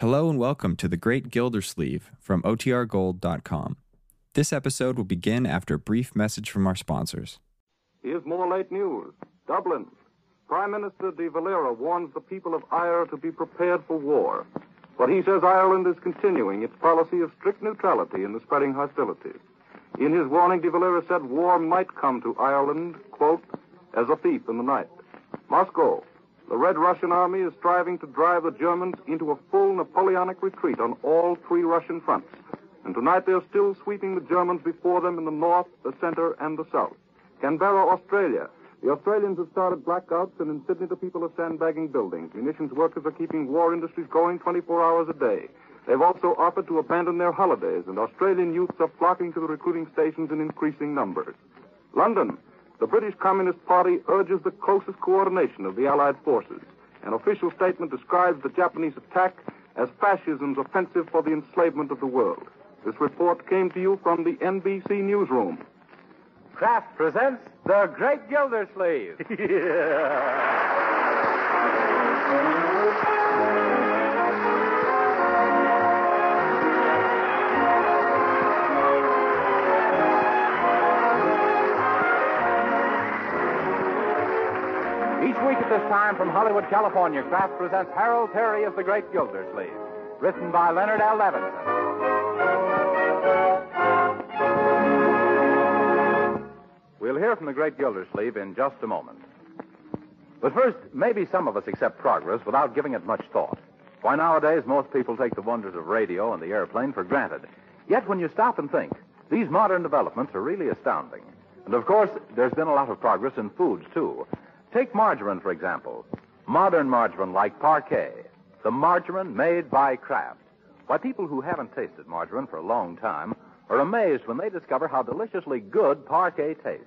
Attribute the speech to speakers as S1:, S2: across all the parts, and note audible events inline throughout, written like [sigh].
S1: Hello and welcome to The Great Gildersleeve from OTRGold.com. This episode will begin after a brief message from our sponsors.
S2: Here's more late news. Dublin. Prime Minister de Valera warns the people of Ire to be prepared for war. But he says Ireland is continuing its policy of strict neutrality in the spreading hostilities. In his warning, de Valera said war might come to Ireland, quote, as a thief in the night. Moscow. The Red Russian army is striving to drive the Germans into a full Napoleonic retreat on all three Russian fronts. And tonight they're still sweeping the Germans before them in the north, the center, and the south. Canberra, Australia. The Australians have started blackouts, and in Sydney, the people are sandbagging buildings. Munitions workers are keeping war industries going 24 hours a day. They've also offered to abandon their holidays, and Australian youths are flocking to the recruiting stations in increasing numbers. London. The British Communist Party urges the closest coordination of the Allied forces. An official statement describes the Japanese attack as fascism's offensive for the enslavement of the world. This report came to you from the NBC newsroom.
S3: Kraft presents The Great Gildersleeve. Each week at this time from Hollywood, California, Kraft presents Harold Perry as The Great Gildersleeve, written by Leonard L. Levinson. We'll hear from The Great Gildersleeve in just a moment. But first, maybe some of us accept progress without giving it much thought. Why, nowadays, most people take the wonders of radio and the airplane for granted. Yet, when you stop and think, these modern developments are really astounding. And of course, there's been a lot of progress in foods, too. Take margarine, for example. Modern margarine like parquet. The margarine made by Kraft. Why, people who haven't tasted margarine for a long time are amazed when they discover how deliciously good parquet tastes.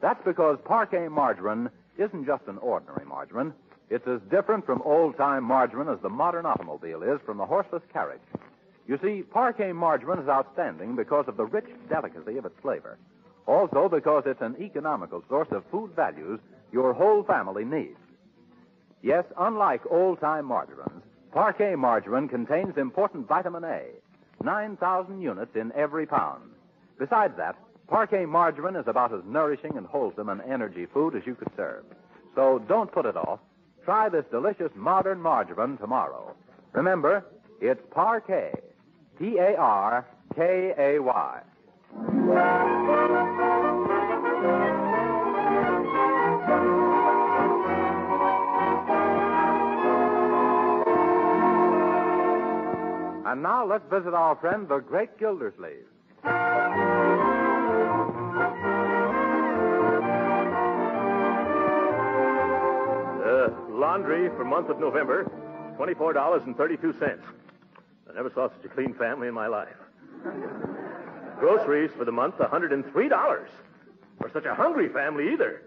S3: That's because parquet margarine isn't just an ordinary margarine. It's as different from old time margarine as the modern automobile is from the horseless carriage. You see, parquet margarine is outstanding because of the rich delicacy of its flavor. Also because it's an economical source of food values your whole family needs. Yes, unlike old time margarines, parquet margarine contains important vitamin A, 9,000 units in every pound. Besides that, parquet margarine is about as nourishing and wholesome an energy food as you could serve. So don't put it off. Try this delicious modern margarine tomorrow. Remember, it's parquet. P A R K A Y. And now let's visit our friend, the great Gildersleeve.
S4: Uh, laundry for month of November, $24.32. I never saw such a clean family in my life. Groceries for the month, $103. For such a hungry family, either.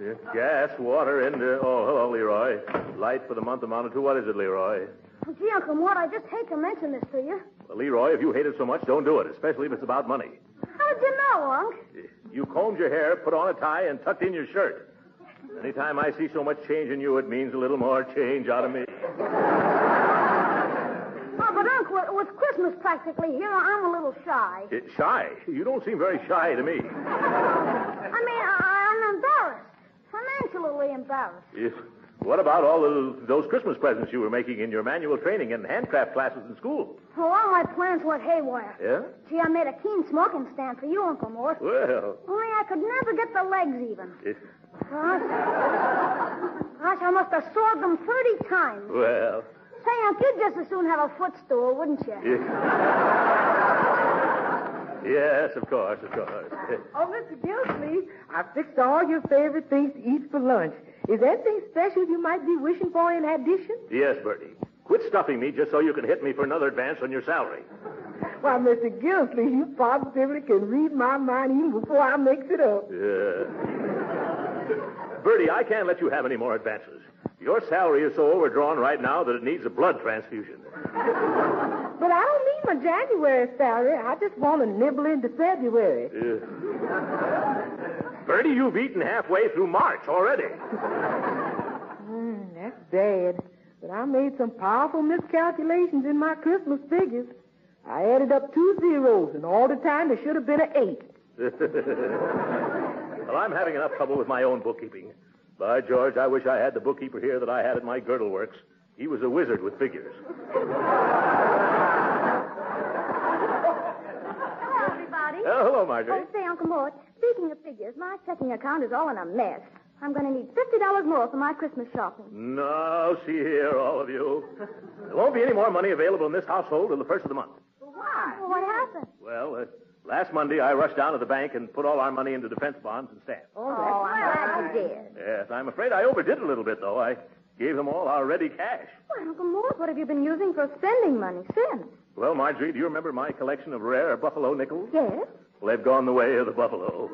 S4: Yeah, Gas, water, and, uh, oh, hello, Leroy. Light for the month amounted to what is it, Leroy?
S5: Well, Gee, Uncle Mort, I just hate to mention this to you.
S4: Well, Leroy, if you hate it so much, don't do it, especially if it's about money.
S5: How did you know, Unc?
S4: You combed your hair, put on a tie, and tucked in your shirt. Anytime I see so much change in you, it means a little more change out of me.
S5: Oh, but Unc, with, with Christmas practically here, I'm a little shy.
S4: Eh, shy. You don't seem very shy to me.
S5: I mean, I, I'm embarrassed. Financially embarrassed.
S4: If, what about all of those Christmas presents you were making in your manual training and handcraft classes in school?
S5: So all my plans went haywire.
S4: Yeah?
S5: Gee, I made a keen smoking stand for you, Uncle Mort.
S4: Well,
S5: Only I could never get the legs even.
S4: it,
S5: Gosh, Gosh, I must have sawed them 30 times.
S4: well,
S5: Say, Unc, you'd just as soon have a footstool, wouldn't
S4: [laughs]
S5: you?
S4: yes, of course, of course.
S6: Oh, Mr. Gildersleeve, I fixed all your favorite things to eat for lunch. Is there anything special you might be wishing for in addition?
S4: yes, Bertie. Quit stuffing me just so you can hit me for another advance on your salary.
S6: Why, Mr. Gildersleeve, you positively can read my mind even before I mix it up.
S4: Yeah. Bertie, I can't let you have any more advances. Your salary is so overdrawn right now that it needs a blood transfusion.
S6: But I don't mean my January salary. I just want to nibble into February.
S4: Bertie,
S6: Hmm,
S4: you've eaten halfway through March already.
S6: Mm, that's bad. But I made some powerful miscalculations in my Christmas figures. I added up two zeros, and all the time there should have been an eight.
S4: [laughs] Well, I'm having enough trouble with my own bookkeeping. By George, I wish I had the bookkeeper here that I had at my girdle works. He was a wizard with figures.
S5: Hello, everybody.
S4: Oh, hello, Marjorie.
S5: Oh, say, Uncle Mort, speaking of figures, my checking account is all in a mess. I'm going to need $50 more for my Christmas shopping.
S4: Now, see here, all of you. There won't be any more money available in this household till the first of the month.
S5: Why? Well, what happened?
S4: Well, uh, last Monday, I rushed down to the bank and put all our money into defense bonds and stamps.
S5: Oh, I'm glad you did.
S4: Yes, I'm afraid I overdid a little bit, though. I gave them all our ready cash.
S5: Why, Uncle Mort, what have you been using for spending money since?
S4: Well, Marjorie, do you remember my collection of rare buffalo nickels?
S5: Yes.
S4: Well, they've gone the way of the buffalo.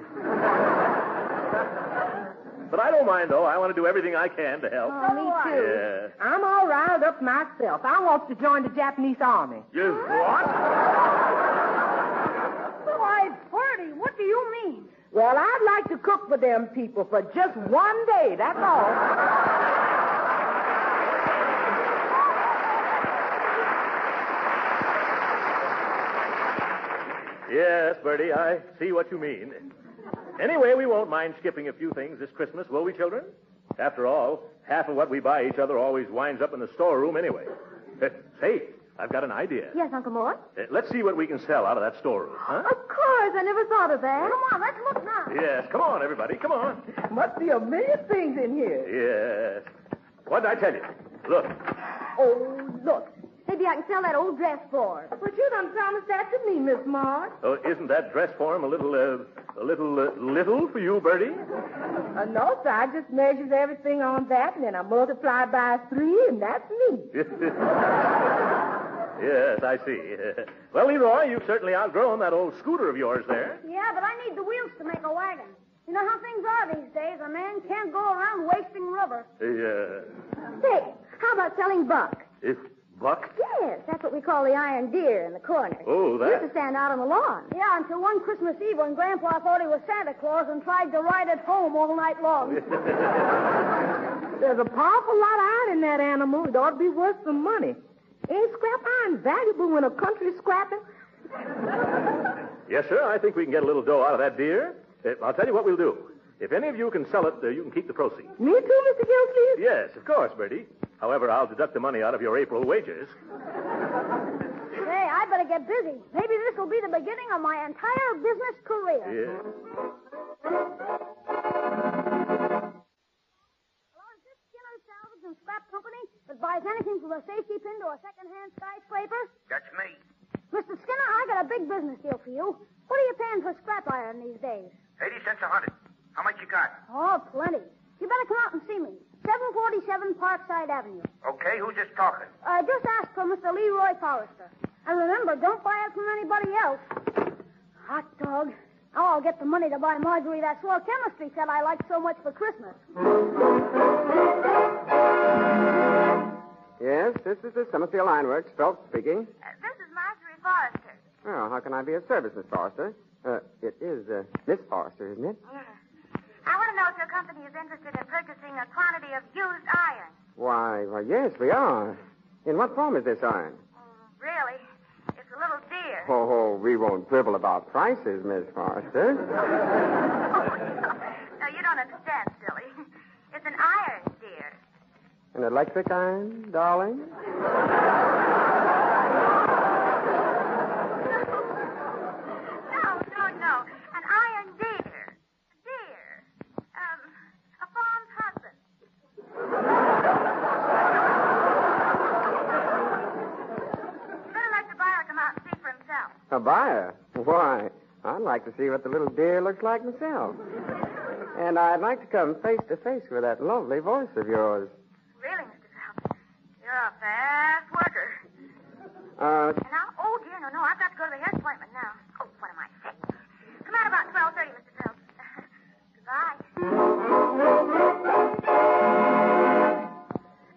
S4: but I don't mind, though. I want to do everything I can to help.
S5: Oh, me too.
S4: Yeah.
S6: I'm all riled up myself. I want to join the Japanese army.
S4: Yes, what?
S5: Why, Bertie, what do you mean?
S6: Well, I'd like to cook for them people for just one day, that's all.
S4: Yes, Bertie, I see what you mean. Anyway, we won't mind skipping a few things this Christmas, will we, children? After all, half of what we buy each other always winds up in the storeroom anyway. [laughs] Say, I've got an idea.
S5: Yes, Uncle Mort.
S4: Uh, Let's see what we can sell out of that storeroom, huh?
S5: Of course, I never thought of that. Come on, let's look now.
S4: Yes, come on, everybody, come on.
S6: Must be a million things in here.
S4: Yes. What did I tell you? Look,
S5: Oh, look. Maybe I can sell that old dress for her.
S6: But you done promised that to me, Miss Mars.
S4: oh, isn't that dress form a little, uh, a little, uh, little for you, Bertie? [laughs]
S6: Uh, no, sir. I just measures everything on that, and then I multiply by three, and that's me.
S4: yes, I see. [laughs] well, Leroy, you've certainly outgrown that old scooter of yours there.
S5: Yeah, but I need the wheels to make a wagon. You know how things are these days. A man can't go around wasting rubber.
S4: Yeah.
S5: Say, how about selling buck?
S4: Uh, If Buck.
S5: Yes, that's what we call the iron deer in the corner.
S4: Oh,
S5: Used to
S4: that.
S5: stand out on the lawn. Yeah, until one Christmas Eve when Grandpa thought he was Santa Claus and tried to ride it home all night
S4: [laughs]
S5: long.
S6: There's a powerful lot of iron in that animal. It ought to be worth some money. Ain't scrap iron valuable when a country's scrapping?
S4: Yes, sir. I think we can get a little dough out of that deer. Uh, I'll tell you what we'll do. If any of you can sell it, uh, you can keep the proceeds.
S6: Me too, Mr. Gilsleeve.
S4: Yes, of course, Bertie. However, I'll deduct the money out of your April wages.
S5: Say, I better get busy. Maybe this will be the beginning of my entire business career.
S4: Yeah.
S5: Hello, is this Skinner's Salvage and Scrap Company that buys anything from a safety pin to a second-hand skyscraper?
S7: That's me.
S5: Mr. Skinner, I got a big business deal for you. What are you paying for scrap iron these days?
S7: 80 cents a hundred. How much you got?
S5: Oh, plenty. You better come out and see me. 747 Parkside Avenue.
S7: Okay, who's this talking?
S5: Uh, just ask for Mr. Leroy Forrester. And remember, don't buy it from anybody else. Hot dog. Now I'll get the money to buy Marjorie that swell chemistry set I like so much for Christmas.
S8: Yes, this is the Summerfield Ironworks. Phelps speaking.
S9: This is Marjorie Forrester.
S8: Oh, how can I be of service, Miss Forrester? Uh, it is uh, Miss Forrester, isn't it?
S9: I want to know if your company is interested in purchasing a quantity of used iron.
S8: Why, why, yes, we are. In what form is this iron?
S9: Really? It's a little dear.
S8: Oh, oh, we won't quibble about prices, Miss Forrester.
S9: no, you don't understand, silly. It's an iron deer.
S8: An electric iron, darling?
S9: No, no, no. An iron deer. Deer. Um, a fawn's husband. you better let the buyer come out and see for himself.
S8: A buyer? Why, I'd like to see what the little dear looks like myself. And I'd like to come face to face with that lovely voice of yours.
S9: Really, Mr. Phelps, you're a fast worker.
S8: Uh,
S9: And now, oh dear, no, no, I've got to go to the hair appointment now. Oh, what am I sick? Come out about twelve thirty, Mr. Phelps. Goodbye.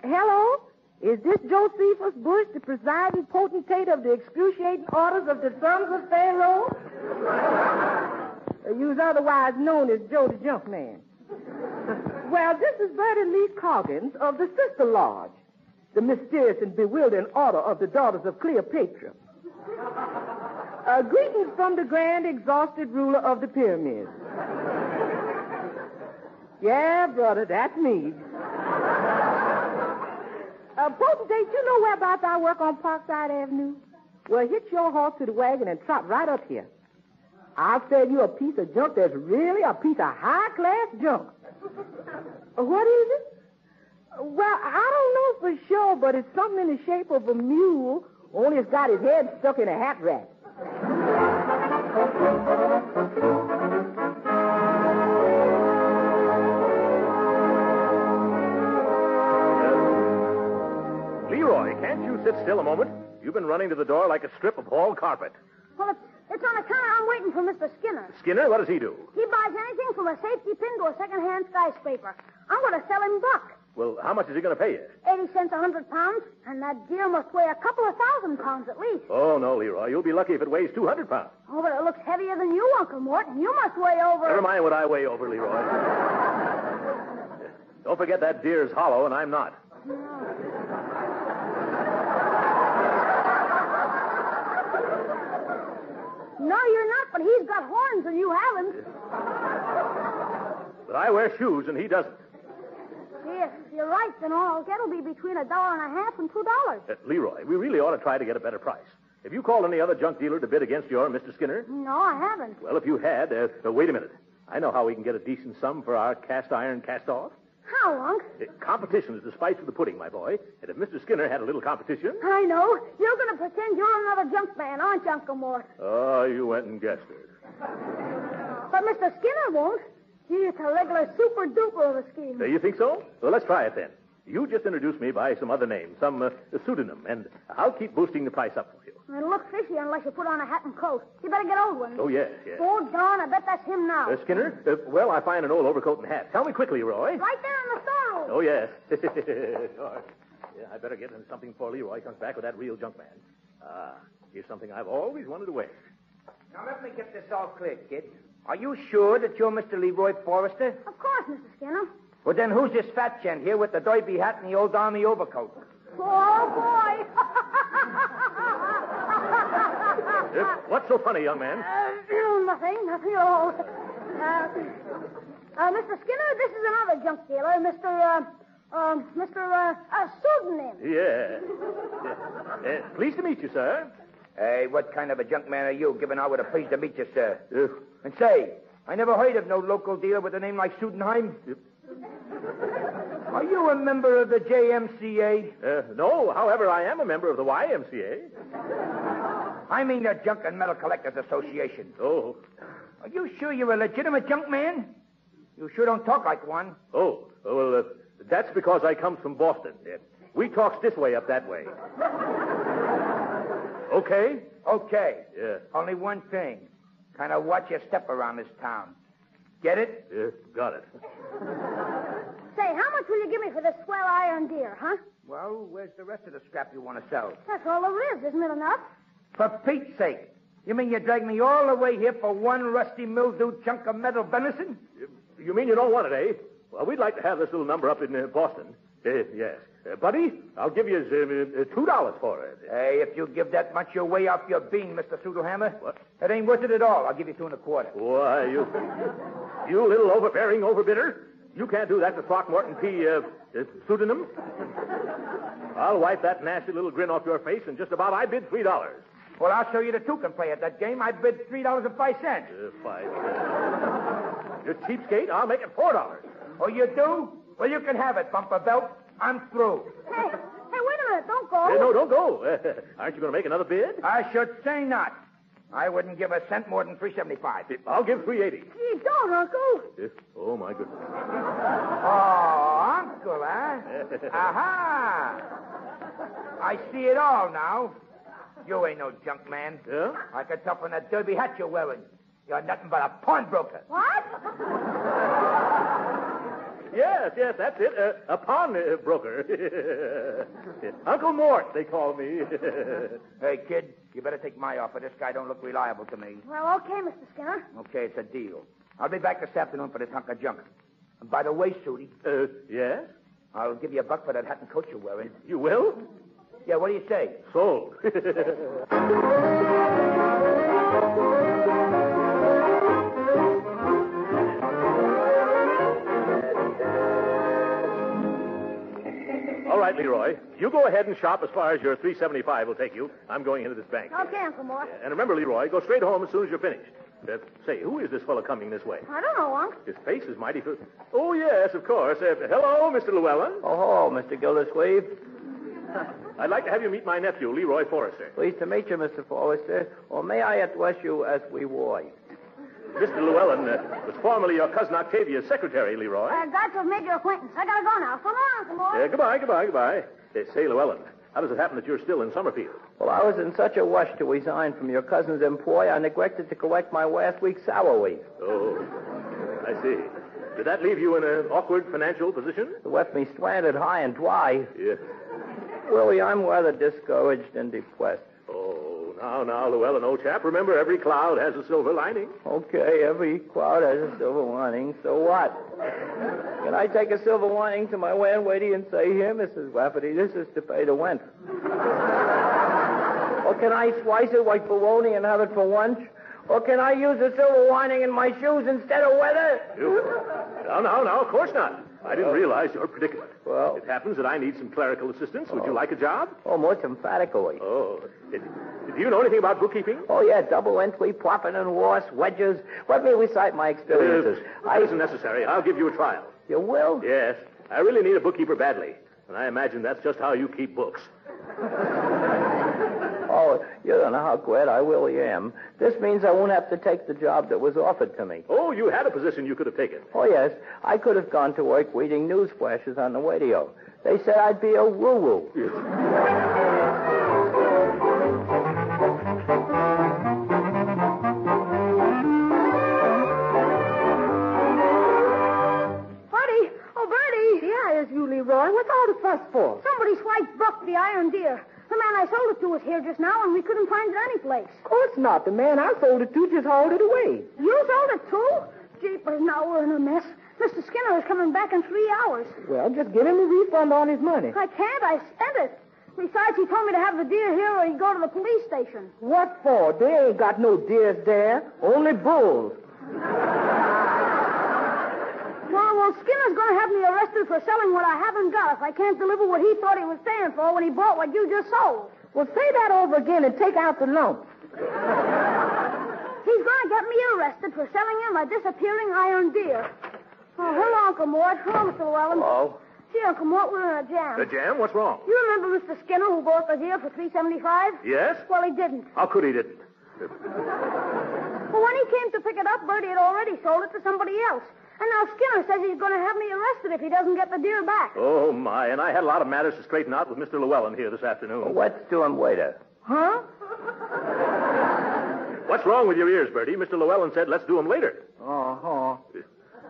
S6: Hello? Is this Josephus Bush, the presiding potentate of the excruciating orders of the sons of Pharaoh? Uh, You's otherwise known as Joe the Junk Man. well, this is Bertie Lee Coggins of the Sister Lodge. the mysterious and bewildering order of the daughters of Cleopatra. Uh, greetings from the grand, exhausted ruler of the pyramids. yeah, brother, that's me.
S5: Uh, Potentate, you know whereabouts I work on Parkside Avenue?
S6: Well, hitch your horse to the wagon and trot right up here. I'll sell you a piece of junk that's really a piece of high class junk. Uh, what is it? Well, I don't know for sure, but it's something in the shape of a mule, only it's got his head stuck in a hat rack.
S4: Leroy, can't you sit still a moment? You've been running to the door like a strip of hall carpet.
S5: Well, it's, it's on account of I'm waiting for Mr. Skinner.
S4: Skinner, what does he do?
S5: He buys anything from a safety pin to a second-hand skyscraper. I'm going to sell him buck.
S4: Well, how much is he going to pay you?
S5: 80 cents a 100 pounds, and that deer must weigh a couple of thousand pounds at least.
S4: Oh, no, Leroy. You'll be lucky if it weighs 200 pounds.
S5: Oh, but it looks heavier than you, Uncle Morton. You must weigh over...
S4: Never mind what I weigh over, Leroy. Don't forget that deer's hollow, and I'm not.
S5: No, you're not, but he's got horns and you haven't.
S4: But I wear shoes, and he doesn't.
S5: Yes, you're right, then all that'll be between a dollar and a half and two dollars.
S4: Uh, Leroy, we really ought to try to get a better price. Have you called any other junk dealer to bid against your Mr. Skinner?
S5: No, I haven't.
S4: Well, if you had, uh, uh, wait a minute. I know how we can get a decent sum for our cast iron cast off.
S5: How, Unc?
S4: Uh, competition is the spice of the pudding, my boy. And if Mr. Skinner had a little competition.
S5: I know. You're going to pretend you're another junk man, aren't you, Uncle Mort?
S4: Oh, you went and guessed it.
S5: But Mr. Skinner won't. He's a regular super duper of a scheme.
S4: Uh, you think so? Well, let's try it then. You just introduce me by some other name, some uh, pseudonym, and I'll keep boosting the price up for you.
S5: It'll look fishy unless you put on a hat and coat. You better get old ones.
S4: Oh, yes, yes.
S5: Oh, darn, I bet that's him now.
S4: Uh, Skinner? Uh, well, I find an old overcoat and hat. Tell me quickly, Roy.
S5: Right there in the storeroom.
S4: Oh, yes. [laughs] sure. Yeah, I better get him something before Leroy comes back with that real junk man. Ah, here's something I've always wanted to wear.
S7: Now, let me get this all clear, kid. Are you sure that you're Mr. Leroy Forrester?
S5: Of course, Mr. Skinner.
S7: Well, then who's this fat gent here with the derby hat and the old army overcoat?
S5: Oh, boy.
S4: Uh, what's so funny, young man?
S5: Uh, nothing, nothing at all. Uh, uh, Mr. Skinner, this is another junk dealer, Mr. Uh, um, Mr. Uh, uh, pseudonym.
S4: Yeah. Yeah. Uh, pleased to meet you, sir.
S7: Hey, what kind of a junk man are you, giving out with a pleased to meet you, sir?
S4: Uh,
S7: And say, I never heard of no local dealer with a name like Sudenheim. Are you a member of the JMCA?
S4: uh, no, however, I am a member of the YMCA.
S7: I mean the Junk and Metal Collectors Association.
S4: Oh,
S7: Are you sure you're a legitimate junk man? You sure don't talk like one.
S4: oh, well, uh, that's because I come from Boston. Uh, we talks this way up that way. Okay?
S7: Okay.
S4: Yeah.
S7: Only one thing. Kind of watch your step around this town. Get it?
S4: Yeah, got it.
S5: Say, how much will you give me for this swell iron deer, huh?
S7: Well, where's the rest of the scrap you want to sell?
S5: That's all there is, isn't it enough?
S7: For Pete's sake. You mean you dragged me all the way here for one rusty mildewed chunk of metal venison?
S4: You mean you don't want it, eh? Well, we'd like to have this little number up in uh, Boston. Uh, yes. Uh, buddy, I'll give you uh, uh, $2 for it.
S7: Hey, if you give that much, you're way off your bean, Mr. Sudelhammer.
S4: What?
S7: It ain't worth it at all. I'll give you two and a quarter.
S4: Why,
S7: [laughs]
S4: you. You little overbearing overbidder. You can't do that to Throckmorton P. Uh, uh, pseudonym. I'll wipe that nasty little grin off your face, and just about I bid $3. Uh,
S7: Well, I'll show you the two can play at that game. I bid three dollars and five cents.
S4: five. you Uh, cheapskate, I'll make it $4.
S7: Oh, you do? Well, you can have it, Bumper Belt. I'm through.
S5: Hey, hey, wait a minute, don't go.
S4: Uh, no, don't go. aren't you going to make another bid?
S7: I should say not. I wouldn't give a cent more than three seventy-five.
S4: I'll give 380
S5: Gee, don't, Uncle.
S4: Uh, Oh, my goodness.
S7: Oh, Uncle,
S4: [laughs]
S7: huh? Aha! I see it all now. You ain't no junk man.
S4: Yeah?
S7: I could tell from that derby hat you're wearing. You're nothing but a pawnbroker.
S5: What?
S4: Yes, yes, that's it. Uh, a pawn uh, broker. [laughs] Uncle Mort, they call me. [laughs]
S7: Hey, kid, you better take my offer. This guy don't look reliable to me.
S5: Well, okay, Mr. Skinner.
S7: Okay, it's a deal. I'll be back this afternoon for this hunk of junk. And by the way, Sudie,
S4: uh, yes?
S7: I'll give you a buck for that hat and coat you're wearing.
S4: You will?
S7: Yeah, what do you say?
S4: Sold. [laughs] All right, Leroy. You go ahead and shop as far as your 375 will take you. I'm going into this bank.
S5: Okay, Uncle Mort.
S4: And remember, Leroy, go straight home as soon as you're finished. Uh, say, who is this fellow coming this way?
S5: I don't know, Unc.
S4: His face is mighty. fa- Oh, yes, of course. Uh, hello, Mr. Llewellyn.
S10: Oh, Mr. Gildersleeve.
S4: [laughs] I'd like to have you meet my nephew, Leroy Forrester.
S10: Pleased to meet you, Mr. Forrester. Or may I address you as we were?
S4: Mr. Llewellyn uh, was formerly your cousin Octavia's secretary, Leroy.
S5: Uh, glad to have made your acquaintance. I gotta go now. So long, Uncle Mort.
S4: Yeah, goodbye, goodbye, goodbye. Hey, say, Llewellyn, how does it happen that you're still in Summerfield?
S10: Well, I was in such a rush to resign from your cousin's employ, I neglected to collect my last week's salary.
S4: Oh, I see. Did that leave you in an awkward financial position?
S10: It left me stranded high and dry.
S4: Yeah.
S10: Willie, I'm rather discouraged and depressed.
S4: Oh, now, now, Llewellyn, old chap, remember every cloud has a silver lining.
S10: Okay, every cloud has a silver lining, so what? Can I take a silver lining to my landlady and say, here, Mrs. Rafferty, this is to pay the rent?
S5: Oh,
S10: or can I slice it like bologna and have it for lunch? Or can I use the silver lining in my shoes instead of weather?
S4: You? No, no, no, of course not. I didn't realize your predicament.
S10: Well, Oh.
S4: It happens that I need some clerical assistance. Would you like a job?
S10: almost emphatically.
S4: Oh, it, do you know anything about bookkeeping?
S10: Oh, yeah, double entry, plopping and wash, wedges. Let me recite my experiences.
S4: Uh, that isn't necessary. I'll give you a trial.
S10: You will?
S4: Yes, I really need a bookkeeper badly. And I imagine that's just how you keep books.
S10: Oh, you don't know how glad I really am. This means I won't have to take the job that was offered to me.
S4: Oh, you had a position you could have taken.
S10: Oh, yes, I could have gone to work reading news flashes on the radio. They said I'd be a woo woo.
S5: Bertie! Oh, Bertie!
S6: Yeah, it's you, Leroy. What's all the fuss for?
S5: Somebody swiped Buck, the iron deer. The man I sold it to was here just now, and we couldn't find it anyplace.
S6: Of course not. The man I sold it to just hauled it away.
S5: You sold it too? Jeepers, now we're in a mess. Mr. Skinner is coming back in three hours.
S6: Well, just give him a refund on his money.
S5: I can't. I spent it. Besides, he told me to have the deer here or he'd go to the police station.
S6: What for? They ain't got no deers there, only bulls.
S5: Well, well, Skinner's going to have me arrested for selling what I haven't got if I can't deliver what he thought he was paying for when he bought what you just sold.
S6: Well, say that over again and take out the lump.
S5: He's going to get me arrested for selling him a disappearing iron deer. Oh, hello, Uncle Mort. Hello, Mr. Llewellyn.
S4: Hello.
S5: See, Uncle Mort, we're in a
S4: Oh. The
S5: jam.
S4: jam? What's wrong?
S5: You remember Mr. Skinner who bought the deer for three seventy-five?
S4: Yes?
S5: Well, he didn't.
S4: How could he didn't?
S5: Well, when he came to pick it up, Bertie had already sold it to somebody else. And now Skinner says he's going to have me arrested if he doesn't get the deer back.
S4: Oh, my. And I had a lot of matters to straighten out with Mr. Llewellyn here this afternoon.
S10: Let's do him later.
S6: Huh?
S4: What's wrong with your ears, Bertie? Mr. Llewellyn said, let's do them later.
S6: Uh-huh.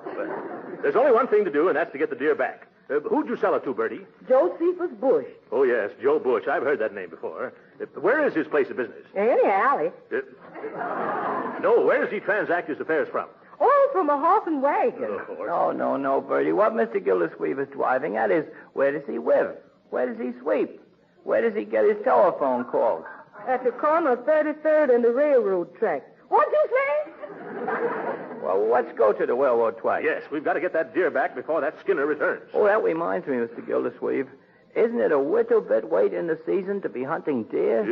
S4: But there's only one thing to do, and that's to get the deer back. Uh, who'd you sell it to, Bertie?
S6: Josephus Bush.
S4: Oh, yes, Joe Bush. I've heard that name before. Uh, where is his place of business?
S6: Any alley.
S4: Uh, no, where does he transact his affairs from?
S6: Oh, from a horse and wagon.
S4: Of course.
S10: No, no, no, Bertie. What Mr. Gildersleeve is driving at is where does he live? Where does he sleep? Where does he get his telephone calls?
S6: At the corner of 33rd and the railroad track. What'd you say?
S10: Well, let's go to the railroad track.
S4: Yes, we've got to get that deer back before that Skinner returns.
S10: Oh, that reminds me, Mr. Gildersleeve. Isn't it a little bit late in the season to be hunting deer?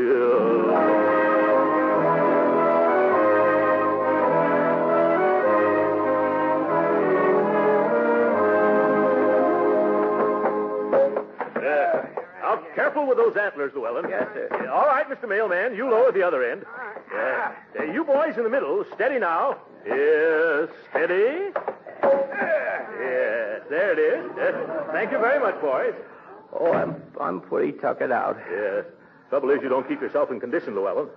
S4: Yeah. Now, Uh, careful with those antlers, Llewellyn.
S10: Yes, sir.
S4: Yeah, All right, Mr. Mailman, you lower the other end. Yeah. Uh, you boys in the middle, steady now. Yes, steady. Yes, there it is. Yeah. Thank you very much, boys.
S10: Oh, I'm, I'm pretty tuckered out.
S4: Yes. Trouble is, you don't keep yourself in condition, Llewellyn.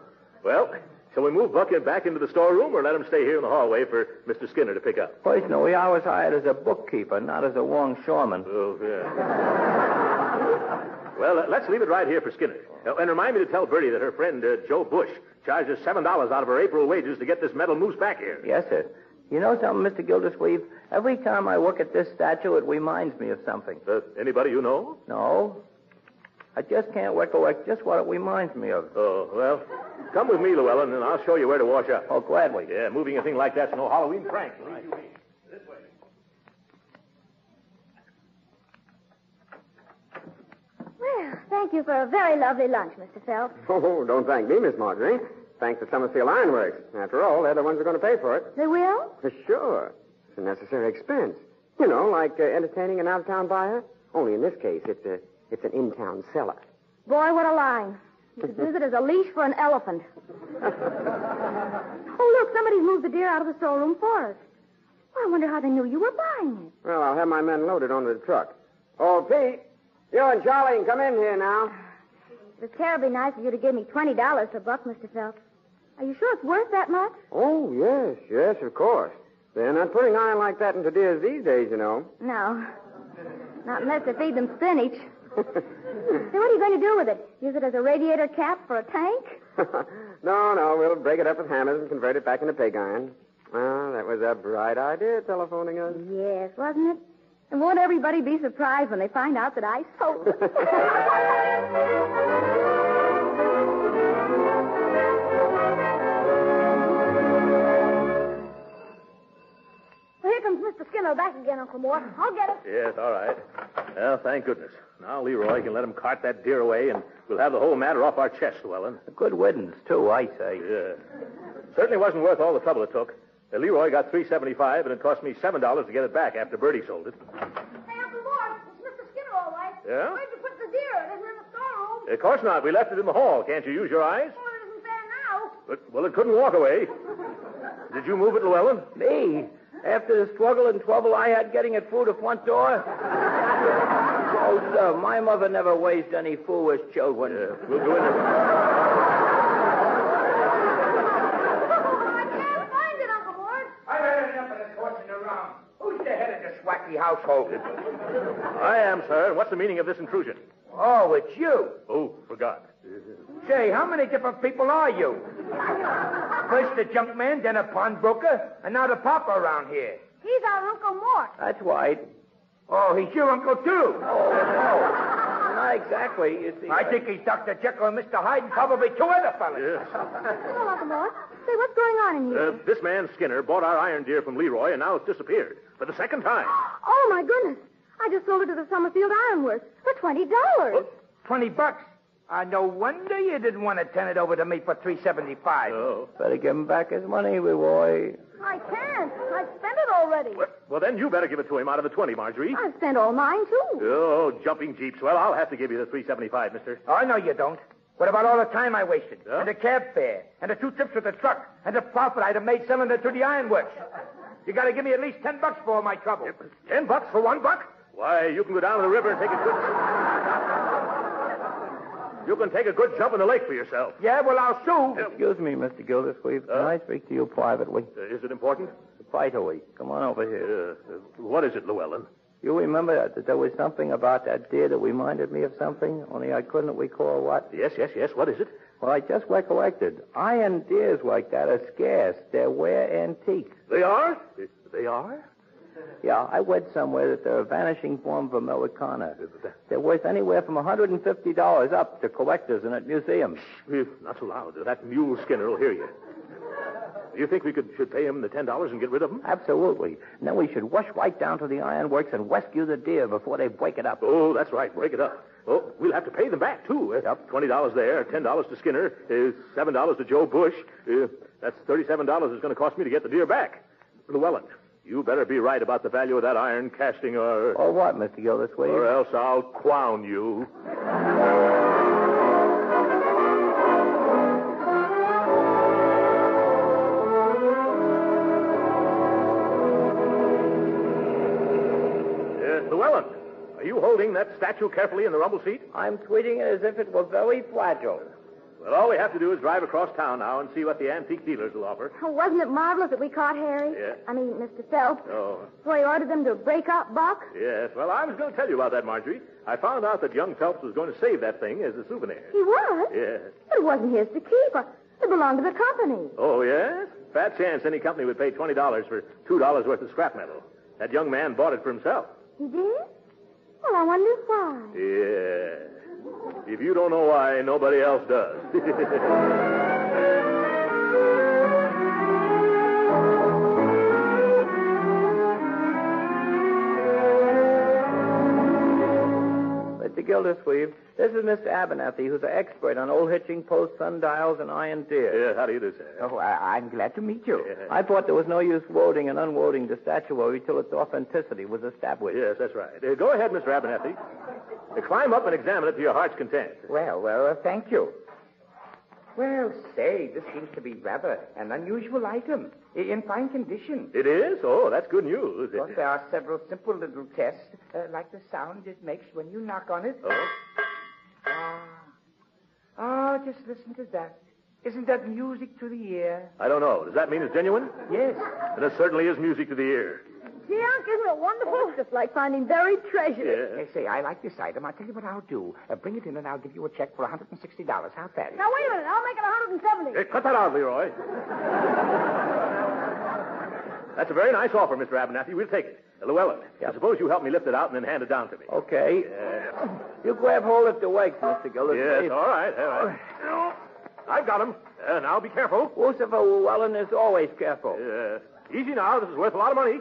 S4: Well, shall we move Bucket back into the storeroom or let him stay here in the hallway for Mr. Skinner to pick up?
S10: Personally, I was hired as a bookkeeper, not as a longshoreman.
S4: Oh, yeah. well, uh, let's leave it right here for Skinner. Uh, and remind me to tell Bertie that her friend, uh, Joe Bush, charges $7 out of her April wages to get this metal moose back here.
S10: Yes, sir. You know something, Mr. Gildersleeve? Every time I look at this statue, it reminds me of something.
S4: anybody you know?
S10: No. I just can't recollect just what it reminds me of.
S4: Oh, well, come with me, Llewellyn, and I'll show you where to wash up.
S10: Oh, gladly.
S4: Yeah, moving a thing like that's no Halloween prank. Believe you me.
S5: Well, thank you for a very lovely lunch, Mr. Phelps.
S8: Oh, don't thank me, Miss Marjorie. Thank the Summerfield Ironworks. After all, they're the ones who are going to pay for it.
S5: They will?
S8: For sure. It's a necessary expense. You know, like uh, entertaining an out-of-town buyer. Only in this case, it's a it's an in-town seller.
S5: Boy, what a line. You could use it as a leash for an elephant. oh, look, somebody's moved the deer out of the storeroom for us. Well, I wonder how they knew you were buying it.
S8: Well, I'll have my men loaded onto the truck. Oh, Pete, you and Charlie can come in here now.
S5: It was terribly nice of you to give me $20 for Buck, Mr. Phelps. Are you sure it's worth that much?
S8: Oh, yes, yes, of course. They're not putting iron like that into deers these days, you know.
S5: No. Not unless they feed them
S4: [laughs]
S5: spinach. so what are you going to do with it? Use it as a radiator cap for a tank?
S8: [laughs] no, no, we'll break it up with hammers and convert it back into pig iron. Well, that was a bright idea, telephoning us.
S5: Yes, wasn't it? And won't everybody be surprised when they find out that I sold
S4: [laughs]
S5: it? well, here comes Mr. Skinner back again, Uncle Mort. I'll get it.
S4: Yes, all right. Well, thank goodness. Now, Leroy can let him cart that deer away, and we'll have the whole matter off our chest, Llewellyn.
S10: Good riddance, too, I say.
S4: Yeah. Certainly wasn't worth all the trouble it took. Uh, Leroy got three seventy-five, and it cost me seven dollars to get it back after Bertie sold it. Uh,
S5: Hey, Uncle Mort, it's Mr. Skinner, all right.
S4: Yeah?
S5: Where'd you put the deer? It isn't in the storeroom.
S4: Of course not. We left it in the hall. Can't you use your eyes?
S5: Well, it isn't there now.
S4: But, well, it couldn't walk away. Did you move it, Llewellyn?
S10: Me? After the struggle and trouble I had getting it through the front door? oh, sir, my mother never raised any foolish children.
S4: We'll do it.
S5: Oh, I can't find it, Uncle Mort.
S7: I've had enough of this horsing around. Who's the head of this wacky household?
S4: I am, sir. And what's the meaning of this intrusion?
S7: Oh, it's you.
S4: Oh, forgot.
S7: Say, how many different people are you?
S4: [laughs]
S7: First a junk man, then a pawnbroker, and now the papa around here.
S5: He's our Uncle Mort.
S10: That's right.
S7: Oh, he's your uncle, too.
S4: Oh.
S10: Not Oh, exactly. You see, uh,
S7: I think he's Dr. Jekyll and Mr. Hyde and probably two other fellas.
S4: Yes.
S5: Hello, Uncle Mort. Say, what's going on in here?
S4: Uh, this man Skinner bought our iron deer from Leroy, and now it's disappeared for the second time.
S5: oh, my goodness. I just sold it to the Summerfield Ironworks for $20.
S7: Oh, Twenty bucks. Uh, no wonder you didn't want to turn it over to me for three seventy-five.
S4: Oh.
S10: Better give him back his money, Leroy.
S5: I can't. I've spent it already.
S4: Well, well, then you better give it to him out of the twenty, Marjorie.
S5: I've spent all mine, too.
S4: Oh, jumping jeeps. Well, I'll have to give you the three seventy-five, Mister.
S7: I know you don't. What about all the time I wasted?
S4: Yeah?
S7: And the cab fare, and the two trips with the truck, and the profit I'd have made selling it to the ironworks. You gotta give me at least ten bucks for all my trouble.
S4: Ten bucks for one buck? Why, you can go down to the river and take a good. you can take a good jump in the lake for yourself.
S7: Yeah, well, I'll sue.
S10: Excuse me, Mr. Gildersleeve. Can
S4: Huh?
S10: I speak to you privately?
S4: Uh, is it important?
S10: Vitally. Come on over here.
S4: Uh, uh, what is it, Llewellyn?
S10: You remember that, that there was something about that deer that reminded me of something, only I couldn't recall what?
S4: Yes, yes, yes. What is it?
S10: Well, I just recollected. Iron deers like that are scarce. They're rare antique.
S4: They are? They are?
S10: Yeah, I read somewhere that they're a vanishing form of Americana. They're worth anywhere from $150 up to collectors and at museums.
S4: Eh, Not so loud. That mule Skinner will hear you. Do you think we could should pay him the ten dollars and get rid of him?
S10: Absolutely. And then we should rush right down to the ironworks and rescue the deer before they break it up.
S4: Oh, that's right. Break it up. Oh, we'll have to pay them back too. Uh,
S10: Yep.
S4: Twenty dollars there, ten dollars to Skinner, uh, seven dollars to Joe Bush. Uh, that's thirty-seven dollars it's going to cost me to get the deer back. Llewellyn, you better be right about the value of that iron casting, or
S10: Or what, Mr. Gildersleeve?
S4: or else I'll clown you. Uh, Llewellyn, are you holding that statue carefully in the rumble seat?
S10: I'm treating it as if it were very fragile.
S4: Well, all we have to do is drive across town now and see what the antique dealers will offer.
S5: Oh, wasn't it marvelous that we caught Harry?
S4: Yeah.
S5: I mean, Mr. Phelps.
S4: Oh,
S5: So he ordered them to break up Buck.
S4: yes. Well, I was going to tell you about that, Marjorie. I found out that young Phelps was going to save that thing as a souvenir.
S5: He was.
S4: Yes.
S5: Uh, But it wasn't his to keep. It belonged to the company.
S4: Oh, yes? Fat chance any company would pay $20 for $2 worth of scrap metal. That young man bought it for himself.
S5: He did? Well, I wonder why.
S4: Yeah. If you don't know why, nobody else does. [laughs]
S10: Mr. Gildersleeve, this is Mr. Abernathy, who's an expert on old hitching posts, sundials, and iron deer.
S4: Yeah, how do you do, sir?
S10: Oh, I, I'm glad to meet you.
S4: Yeah.
S10: I thought there was no use woting and unwoting the statuary till its authenticity was established.
S4: Yes, that's right. Uh, go ahead, Mr. Abernathy. Uh, climb up and examine it to your heart's content.
S8: Well, well, uh, thank you. Well, say, this seems to be rather an unusual item, i- in fine condition.
S4: It is? Oh, that's good news.
S8: Of course, there are several simple little tests, uh, like the sound it makes when you knock on it.
S4: Oh.
S8: Ah. Ah, just listen to that. Isn't that music to the ear?
S4: I don't know. Does that mean it's genuine?
S8: Yes.
S4: And it certainly is music to the ear.
S5: Gee, Unc, isn't it wonderful? It's just like finding buried treasure.
S4: Yeah.
S8: They say, I like this item. I'll tell you what I'll do. Uh, bring it in and I'll give you a check for $160. How's that?
S5: Now, wait a minute. I'll make it 170.
S4: Hey, cut that out, Leroy. That's a very nice offer, Mr. Abernathy. We'll take it. Uh, Llewellyn, suppose you help me lift it out and then hand it down to me.
S10: Okay. You grab hold of the wakes, Mr. Gildersleeve.
S4: Yes, all right, all right. I've got him. Uh, now, be careful.
S10: Lucifer Llewellyn is always careful.
S4: Uh, easy now. This is worth a lot of money.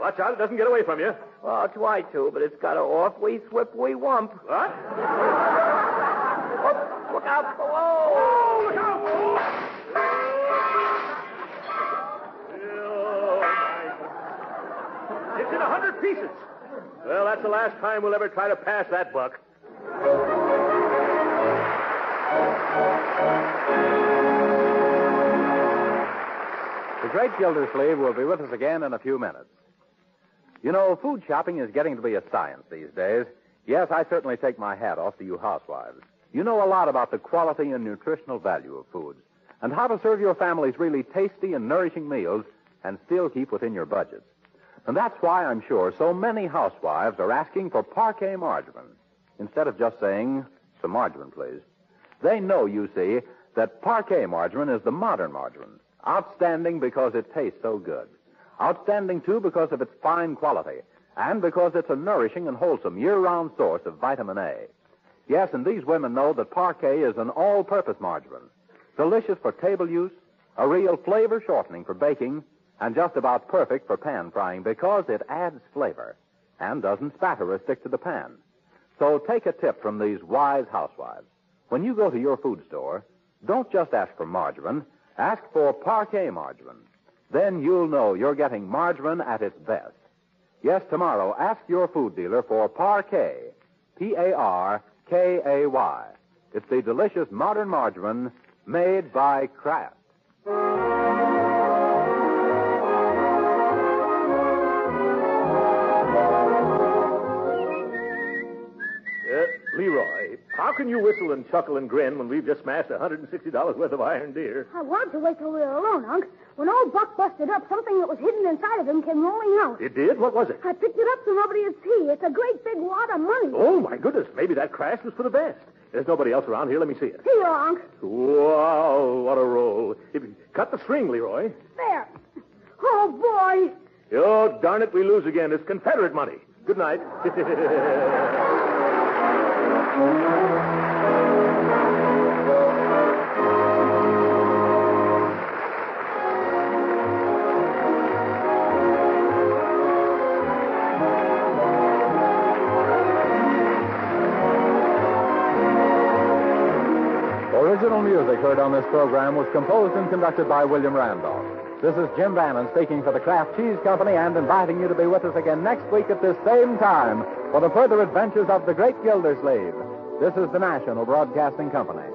S4: Watch out. It doesn't get away from you.
S10: Well, I'll try to, but it's got a off we swip we wump.
S4: What?
S10: Oh, look out below!
S4: It's in a hundred pieces. Well, that's the last time we'll ever try to pass that buck.
S3: The great Gildersleeve will be with us again in a few minutes. You know, food shopping is getting to be a science these days. Yes, I certainly take my hat off to you housewives. You know a lot about the quality and nutritional value of foods and how to serve your families really tasty and nourishing meals and still keep within your budgets. And that's why I'm sure so many housewives are asking for parquet margarine instead of just saying, some margarine, please. They know, you see, that parquet margarine is the modern margarine. Outstanding because it tastes so good. Outstanding, too, because of its fine quality. And because it's a nourishing and wholesome year-round source of vitamin A. Yes, and these women know that parquet is an all-purpose margarine. Delicious for table use, a real flavor shortening for baking, and just about perfect for pan frying because it adds flavor and doesn't spatter or stick to the pan. So take a tip from these wise housewives. When you go to your food store, don't just ask for margarine, ask for parquet margarine. Then you'll know you're getting margarine at its best. Yes, tomorrow, ask your food dealer for parquet. P A R K A Y. It's the delicious modern margarine made by Kraft.
S4: Uh, Leroy, how can you whistle and chuckle and grin when we've just smashed $160 worth of iron deer?
S5: I wanted to wait till we were alone, Unc. When old Buck busted up, something that was hidden inside of him came rolling out.
S4: It did? What was it?
S5: I picked it up so nobody would see. It's a great big wad of money.
S4: Oh, my goodness. Maybe that crash was for the best. There's nobody else around here. Let me see it.
S5: Here, Unc.
S4: Wow, what a roll. If- Cut the string, Leroy.
S5: There. Oh, boy.
S4: Oh, darn it, we lose again. It's Confederate money. Good night. [laughs]
S3: Original music heard on this program was composed and conducted by William Randolph. This is Jim Bannon speaking for the Kraft Cheese Company and inviting you to be with us again next week at this same time for the further adventures of the great Gildersleeve. This is the National Broadcasting Company.